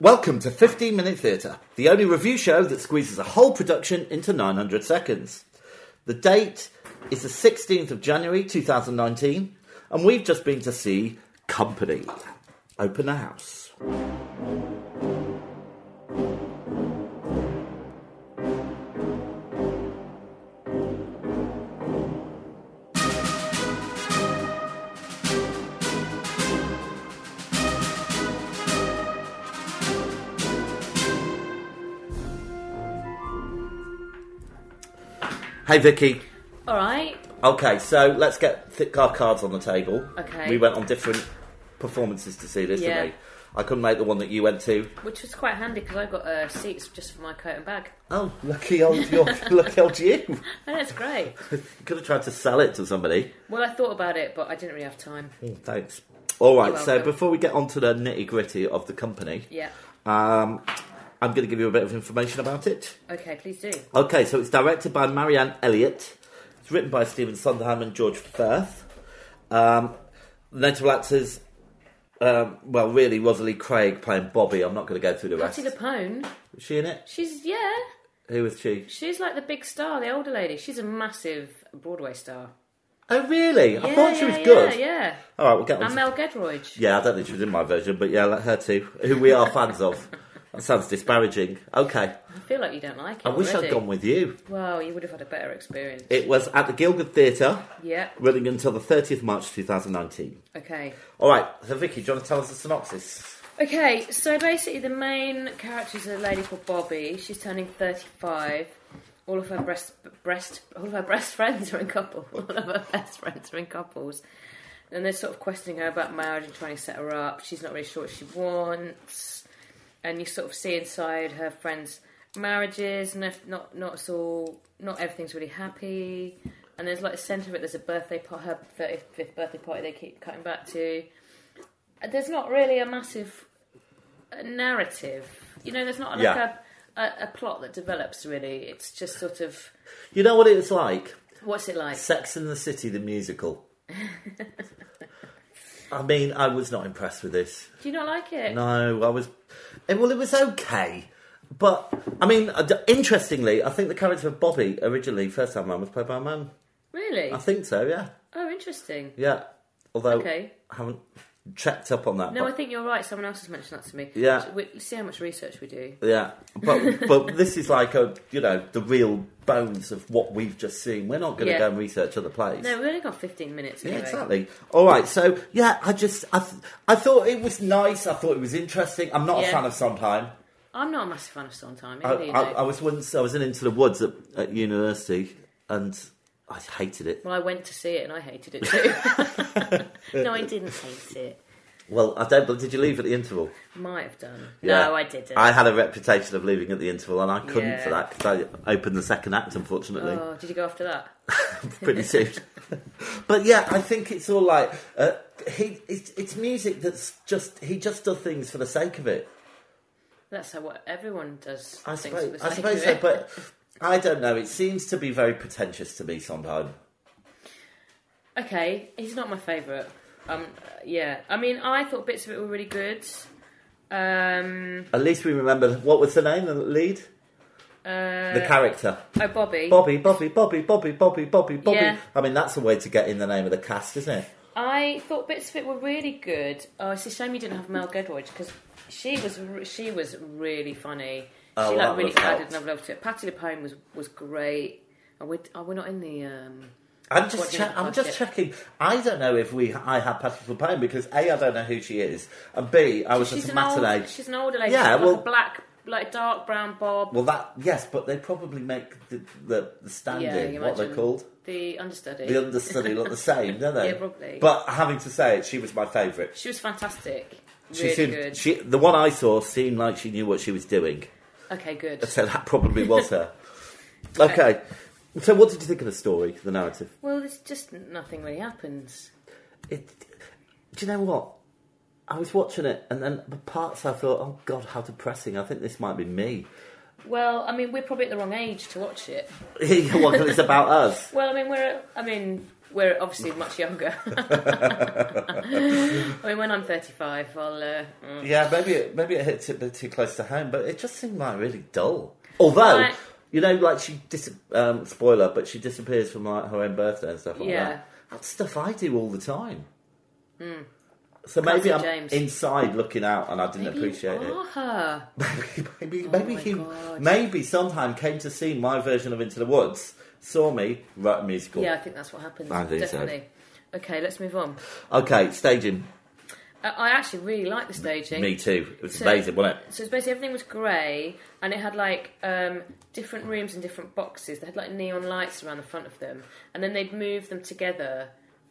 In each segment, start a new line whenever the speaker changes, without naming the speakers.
Welcome to 15 Minute Theatre, the only review show that squeezes a whole production into 900 seconds. The date is the 16th of January 2019, and we've just been to see Company open a house. Hey Vicky.
All right.
Okay, so let's get th- our cards on the table.
Okay.
We went on different performances to see this,
Yeah.
didn't we? I couldn't make the one that you went to.
Which was quite handy because I got uh, seats just for my coat and bag.
Oh, lucky old, your, lucky old you.
And that's great.
You could have tried to sell it to somebody.
Well, I thought about it, but I didn't really have time.
Thanks. All right,
You're
so
welcome.
before we get on to the nitty gritty of the company,
Yeah.
um, I'm going to give you a bit of information about it.
Okay, please do.
Okay, so it's directed by Marianne Elliott. It's written by Stephen Sondheim and George Firth. Um, notable actors, um, well, really, Rosalie Craig playing Bobby. I'm not going to go through the rest.
Patty Lapone.
Is she in it?
She's yeah.
Who is she?
She's like the big star, the older lady. She's a massive Broadway star.
Oh, really? I
Yeah,
thought she
yeah,
was good.
Yeah, yeah.
All right, we'll get on
And
to
Mel Gedroyd.
Yeah, I don't think she was in my version, but yeah, like her too, who we are fans of. That sounds disparaging. Okay,
I feel like you don't like it.
I wish I'd
already.
gone with you.
Well, you would have had a better experience.
It was at the Gilgad Theatre,
yeah.
running until the 30th March 2019.
Okay.
All right, so Vicky, do you want to tell us the synopsis?
Okay, so basically the main character is a lady called Bobby. She's turning thirty-five. All of her breast, breast, all of her breast friends are in couples. All of her best friends are in couples. And they're sort of questioning her about marriage and trying to set her up. She's not really sure what she wants, and you sort of see inside her friends' marriages, and if not not it's all not everything's really happy. And there's like the centre of it. There's a birthday party, her thirty-fifth birthday party. They keep cutting back to there's not really a massive uh, narrative. You know, there's not like
Yeah.
a, a, a plot that develops really. It's just sort of
You know what it's like?
what's it like?
Sex in the City, the musical. I mean, I was not impressed with this.
Do you not like it?
No, I was. eh, Well, it was okay. But, I mean, I d- interestingly, I think the character of Bobby originally, first time around, was played by a man.
Really?
I think so, yeah.
Oh, interesting.
Yeah. Although
Okay.
I haven't checked up on that.
No, I
but,
think you're right. Someone else has mentioned that to me.
Yeah.
So We, see how much research we do.
yeah, but but this is like a you know the real bones of what we've just seen. We're not going to
Yeah.
go and research other plays.
No, we've only got 15 minutes.
Yeah,
Anyway.
exactly. All right, so yeah, I just I, th- I thought it was nice. I thought it was interesting. I'm not a
Yeah.
fan of Sondheim.
I'm not a massive fan of Sondheim.
I,
Either, you know.
I, I was once I was in Into the Woods at, at university, and I hated it.
well, I went to see it and I hated it too. no, I didn't hate it.
Well, I don't. But did you leave at the interval?
Might have done.
Yeah.
No, I didn't.
I had a reputation of leaving at the interval, and I couldn't
Yeah.
for that because I opened the second act, unfortunately.
Oh, did you go after that?
pretty soon. but yeah, I think it's all like uh, he. It's, it's music that's just he just does things for the sake of it.
That's how what everyone does.
I
things for
suppose.
the
I
sake
suppose
of
so,
it.
but I don't know. It seems to be very pretentious to me sometimes.
Okay, he's not my favourite. Um, yeah, I mean, I thought bits of it were really good. Um,
At least we remember what was the name of the lead,
uh,
the character
oh, Bobby.
Bobby, Bobby, Bobby, Bobby, Bobby, Bobby, Bobby.
Yeah.
I mean, that's a way to get in the name of the cast, isn't it?
I thought bits of it were really good. Oh, it's a shame you didn't have Mel Gedroyd because she was re- she was really funny.
Oh,
she
well, that
like really
would've helped.
added another level to it. Patty Lapone was was great. Are we are we not in the um?
I'm just,
What
che-
name
I'm
was
just
it?
checking. I don't know if we, I had Patrick Lapone because a, I don't know who she is, and b, I was
She's
just a
an
matinee.
old she's an older lady.
Yeah,
Yeah,
well-
like a black like dark brown bob.
Well, that yes, but they probably make the the, the
yeah,
standing
you
what they're
imagine.
called
The understudy.
the understudy look the same, don't they?
Yeah, probably.
But having to say it, she was my favourite.
She was fantastic.
She
really
seemed
good.
she the one I saw seemed like she knew what she was doing,
okay, good.
so that probably was her. okay, so what did you think of the story, the narrative?
Well, it's just nothing really happens.
It, do you know what? I was watching it, and then the parts I thought, oh god, how depressing! I think this might be me.
Well, I mean, we're probably at the wrong age to watch it.
well, 'cause it's about us.
Well, I mean, we're I mean, we're obviously much younger. I mean, when I'm 35, I'll. Uh, mm.
Yeah, maybe it, maybe it hits it a bit too close to home, but it just seemed like really dull. Although,
Right.
you know, like she dis- um, spoiler, but she disappears from like her own birthday and stuff like
Yeah.
that. That's stuff I do all the time. So maybe
Classic
I'm
James.
inside looking out, and I didn't
Maybe
appreciate
you
it.
are her.
Maybe maybe, maybe
my
he
God.
maybe sometime came to see my version of Into the Woods, saw me, wrote a musical.
Yeah, I think that's what happened.
I think so.
Definitely. Okay, let's move on.
Okay, staging.
I, I actually really like the staging.
Me too. It was
So-
amazing, wasn't it?
So it's basically everything was grey, and it had like um, different rooms and different boxes. They had like neon lights around the front of them, and then they'd move them together.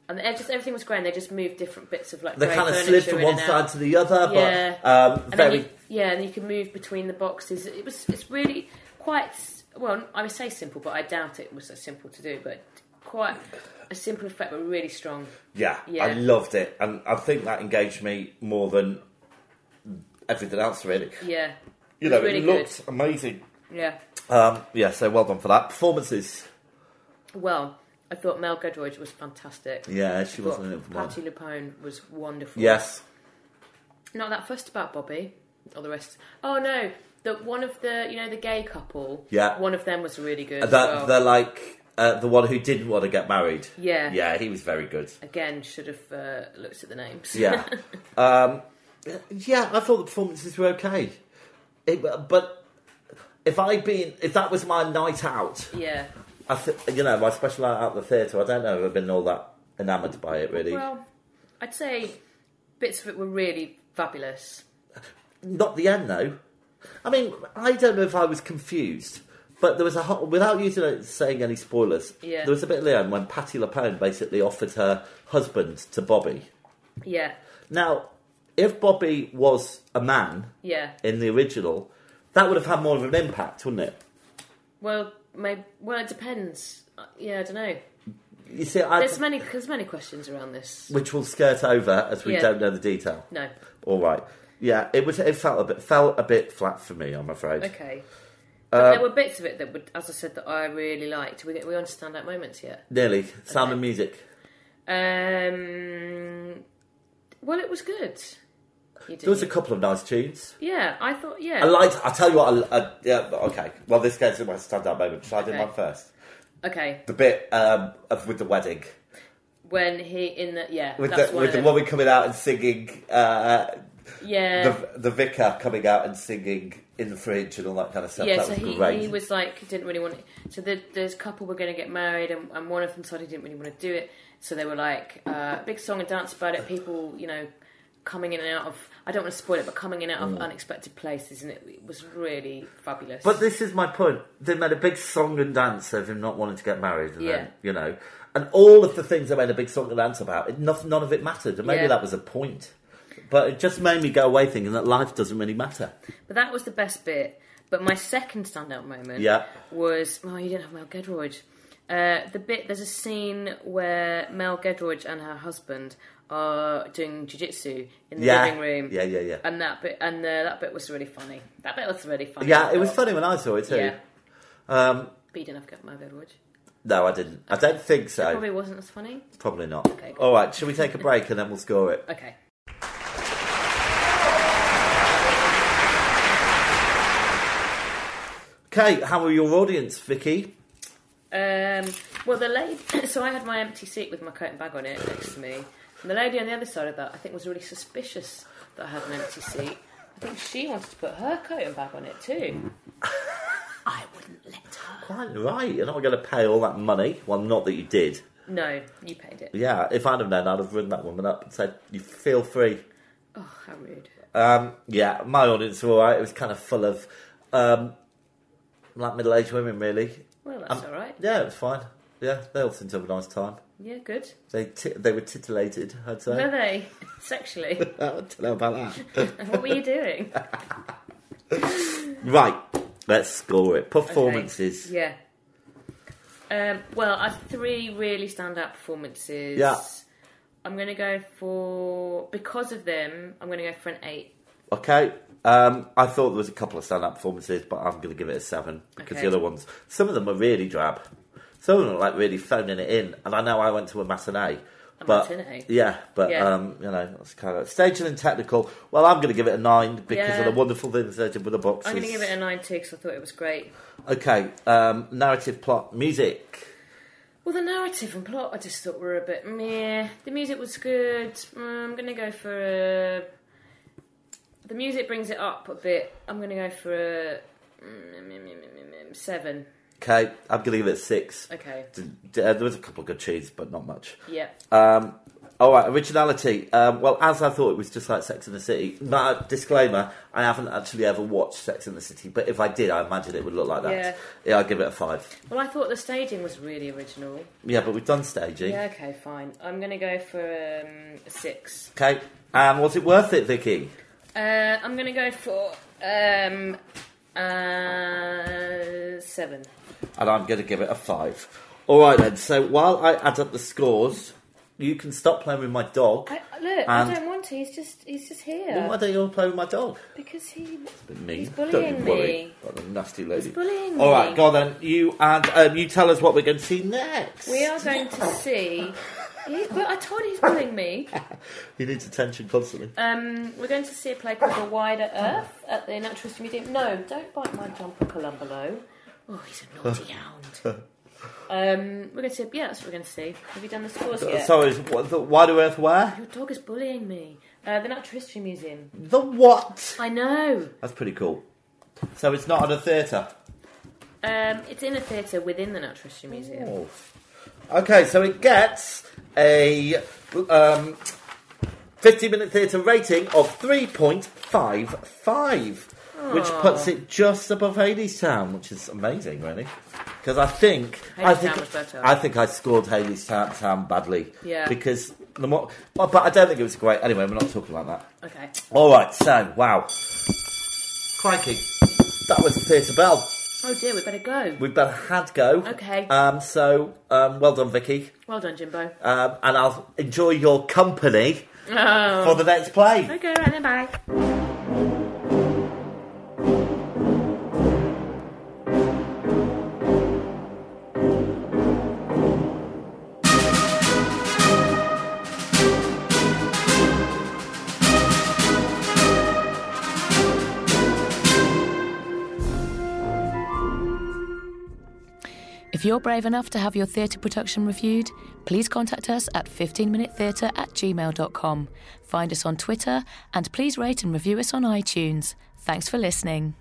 And they- just everything was grey, and they just moved different bits of like.
They
grey
kind of
furniture
slid from
in
one
and
side
out.
to the other,
Yeah.
but um,
And
very
then you, yeah, and you could move between the boxes. It was it's really quite s- well. I would say simple, but I doubt it was so simple to do. But quite a simple effect, but really strong.
Yeah, I
Yeah.
loved it, and I think that engaged me more than everything else. Really,
Yeah,
you know,
really
it
good.
looked amazing.
yeah.
Um, yeah, so well done for that. Performances,
Well, I thought Mel Goodridge was fantastic.
yeah, she
But
wasn't in it for mine.
Patty Lapone was wonderful.
Yes,
Not that fussed about Bobby or the rest. Oh no, the one of the you know the gay couple.
Yeah. Uh,
One of them was really good.
that
as well.
they're like uh, the one who didn't want to get married.
Yeah.
yeah, he was very good.
Again, should have uh, looked at the names.
Yeah, um, yeah, I thought the performances were okay, it, but if I'd been, if that was my night out,
yeah.
I th- you know, my special night out at the theatre, I don't know if I've been all that enamoured by it really.
Well, I'd say bits of it were really fabulous.
Not the end though. I mean, I don't know if I was confused, but there was a whole, without using it, saying any spoilers.
Yeah.
There was a bit at the end when Patty Lapone basically offered her husband to Bobby.
Yeah.
Now, if Bobby was a man
Yeah.
in the original, that would have had more of an impact, wouldn't it?
Well, maybe. Well, it depends. Uh, Yeah, I don't know.
You see, I,
There's many. There's many questions around this.
which we'll skirt over as we
Yeah.
don't know the detail.
No.
All right. Yeah, it was. It felt a bit felt a bit flat for me. I'm afraid. Uh,
Okay. But
Um,
there were bits of it that would, as I said, that I really liked. We we on to standout moments yet.
Nearly. Sound and music.
Um, well, it was good. You did.
There was a couple of nice tunes.
yeah, I thought. Yeah.
I liked. I tell you what. I, I, yeah. Okay. Well, this goes to my standout moment. Shall I do
Okay.
mine first?
okay.
The bit um, of with the wedding,
When he in the yeah
with
that's
the
one
with the
of
woman coming out and singing, uh,
the yeah
the the vicar coming out and singing in the fridge and all that kind of stuff.
yeah.
that
So
was
he,
great.
he was like didn't really want. It. So the, this couple were going to get married, and, and one of them decided he didn't really want to do it. So they were like uh, big song and dance about it. People, you know, coming in and out of. I don't want to spoil it, but coming in and out of unexpected places, and it, it was really fabulous.
Mm. But this is my point. They made a big song and dance of him not wanting to get married, and
Yeah.
then, you know, and all of the things they made a big song and dance about, it, none, none of it mattered. And maybe
Yeah.
that was a point. But it just made me go away thinking that life doesn't really matter.
But that was the best bit. But my second standout moment
Yeah.
was well, you didn't have Mel Gedroyd. Uh, the bit there's a scene where Mel Gedroyd and her husband are doing jujitsu in the
yeah.
living room,
Yeah, yeah, yeah.
and that bit and uh, that bit was really funny. That bit was really funny.
yeah, it was
I thought.
funny when I saw it too.
Yeah,
Um,
but you didn't have Mel Gedroyd.
no, I didn't. I don't think so. Probably,
Probably wasn't as funny.
not.
Okay, good.
All right, shall we take a break and then we'll score it?
Okay.
Okay, how were your audience, Vicky?
Um, well, the lady. so I had my empty seat with my coat and bag on it next to me. And the lady on the other side of that, I think, was really suspicious that I had an empty seat. I think she wanted to put her coat and bag on it too. I wouldn't let her.
Quite right. You're not going to pay all that money. Well, not that you did.
No, you paid it.
Yeah, if I'd have known, I'd have run that woman up and said, "You feel free."
Oh, how rude.
Um, yeah, my audience were alright. It was kind of full of um, like middle-aged women, really.
Well,
Um,
that's all right.
Yeah, it was fine. Yeah, they all seemed to have a nice time.
Yeah, good.
They ti they were titillated, I'd say.
Were they sexually?
I don't know about that.
what were you doing?
right, let's score it.
Okay.
Performances.
Yeah. Um, well, I have three really standout performances.
Yeah.
I'm going to go for, because of them, I'm going to go for an eight.
Okay, Um, I thought there was a couple of stand-up performances, but I'm going to give it a seven because
Okay.
the other ones, some of them were really drab. Some of them were like really phoning it in, and I know I went to a matinee. But,
matinee?
yeah, but
Yeah.
Um, you know, it's kind of staging and technical. Well, I'm going to give it a nine because of
Yeah.
the wonderful things they did with the boxes.
I'm going to give it a 9 too because I thought it was great.
Okay, um, narrative, plot, music.
Well, the narrative and plot I just thought were a bit meh. The music was good. Mm, I'm going to go for a. The music brings it up a bit. I'm going to go for a. mm, mm, mm, mm, mm, Seven.
Okay, I'm going to give it a six.
Okay.
D- d- uh, There was a couple of good tunes, but not much.
Yeah.
Um, all right, originality. Um, well, as I thought, it was just like Sex in the City. But disclaimer: I haven't actually ever watched Sex in the City, but if I did, I imagine it would look like that.
Yeah.
I'd give it a five.
Well, I thought the staging was really original.
Yeah, but we've done staging.
Yeah, okay, fine. I'm going to go for um, a six.
Okay, and was it worth it, Vicky?
Uh, I'm going to go for um, uh, seven.
And I'm going to give it a five. All right then. So while I add up the scores, you can stop playing with my dog.
I, look,
And-
I don't want to. He's just he's just here
Well, why don't you all play with my dog?
because he
But me,
He's
don't you
bullying
worry.
me.
Got the nasty lady.
He's bullying
All right,
me.
go on then. You and um, you tell us what we're going to see next.
We are going to see. He, but I told you he's bullying me.
He needs attention constantly.
Um, we're going to see a play called The Wider Earth at the Natural History Museum. No, don't bite my jumper, Columbolo. Oh, he's a naughty hound. Um, we're going to see. Yeah, that's what we're going to see. Have you done the scores yet?
Sorry, what, the Wide Earth where?
Your dog is bullying me. Uh, the Natural History Museum.
The what?
I know.
That's pretty cool. So it's not at a theatre.
Um, it's in a theatre within the Natural History Museum.
Oh. Okay, so it gets a um, 50 minute theatre rating of 3.55, which puts it just above Hadestown, which is amazing, really. Because I think I
Hadestown was
think
better.
I think I scored Hadestown Town badly.
Yeah.
Because the more, well, but I don't think it was great. Anyway, we're not talking about that.
Okay.
All right. So wow, crikey, that was the theatre bell.
Oh dear, we better go.
We better had go.
Okay.
Um, so, um, well done, Vicky.
Well done, Jimbo.
Um, and I'll enjoy your company for the next play.
Okay, right then, bye.
If you're brave enough to have your theatre production reviewed, please contact us at 15minutetheatre at gmail.com. Find us on Twitter and please rate and review us on iTunes. Thanks for listening.